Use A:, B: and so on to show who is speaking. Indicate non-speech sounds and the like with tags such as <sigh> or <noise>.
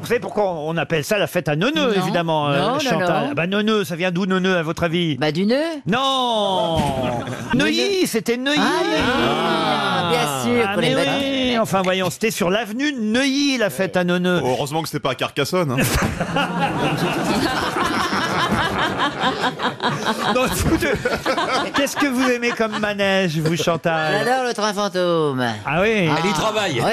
A: Vous savez pourquoi on appelle ça la fête à neuneux,
B: Non.
A: évidemment, euh,
B: Non, non,
A: Chantal
B: non.
A: Bah neuneux, ça vient d'où neuneux, à votre avis
B: Bah du nœud <laughs>
A: Non Neuilly, c'était Neuilly
B: Ah, bien sûr,
A: Ah,
B: pour les
A: mais
B: bonnes-
A: oui, Enfin voyons, c'était sur l'avenue de Neuilly, la fête à neuneux.
B: Oh.
C: Heureusement que c'était pas à Carcassonne. hein.
A: Non, vous deux, Qu'est-ce que vous aimez comme manège, vous, Chantal
B: J'adore le train fantôme.
A: Ah oui
D: Elle y travaille.
B: Ouais.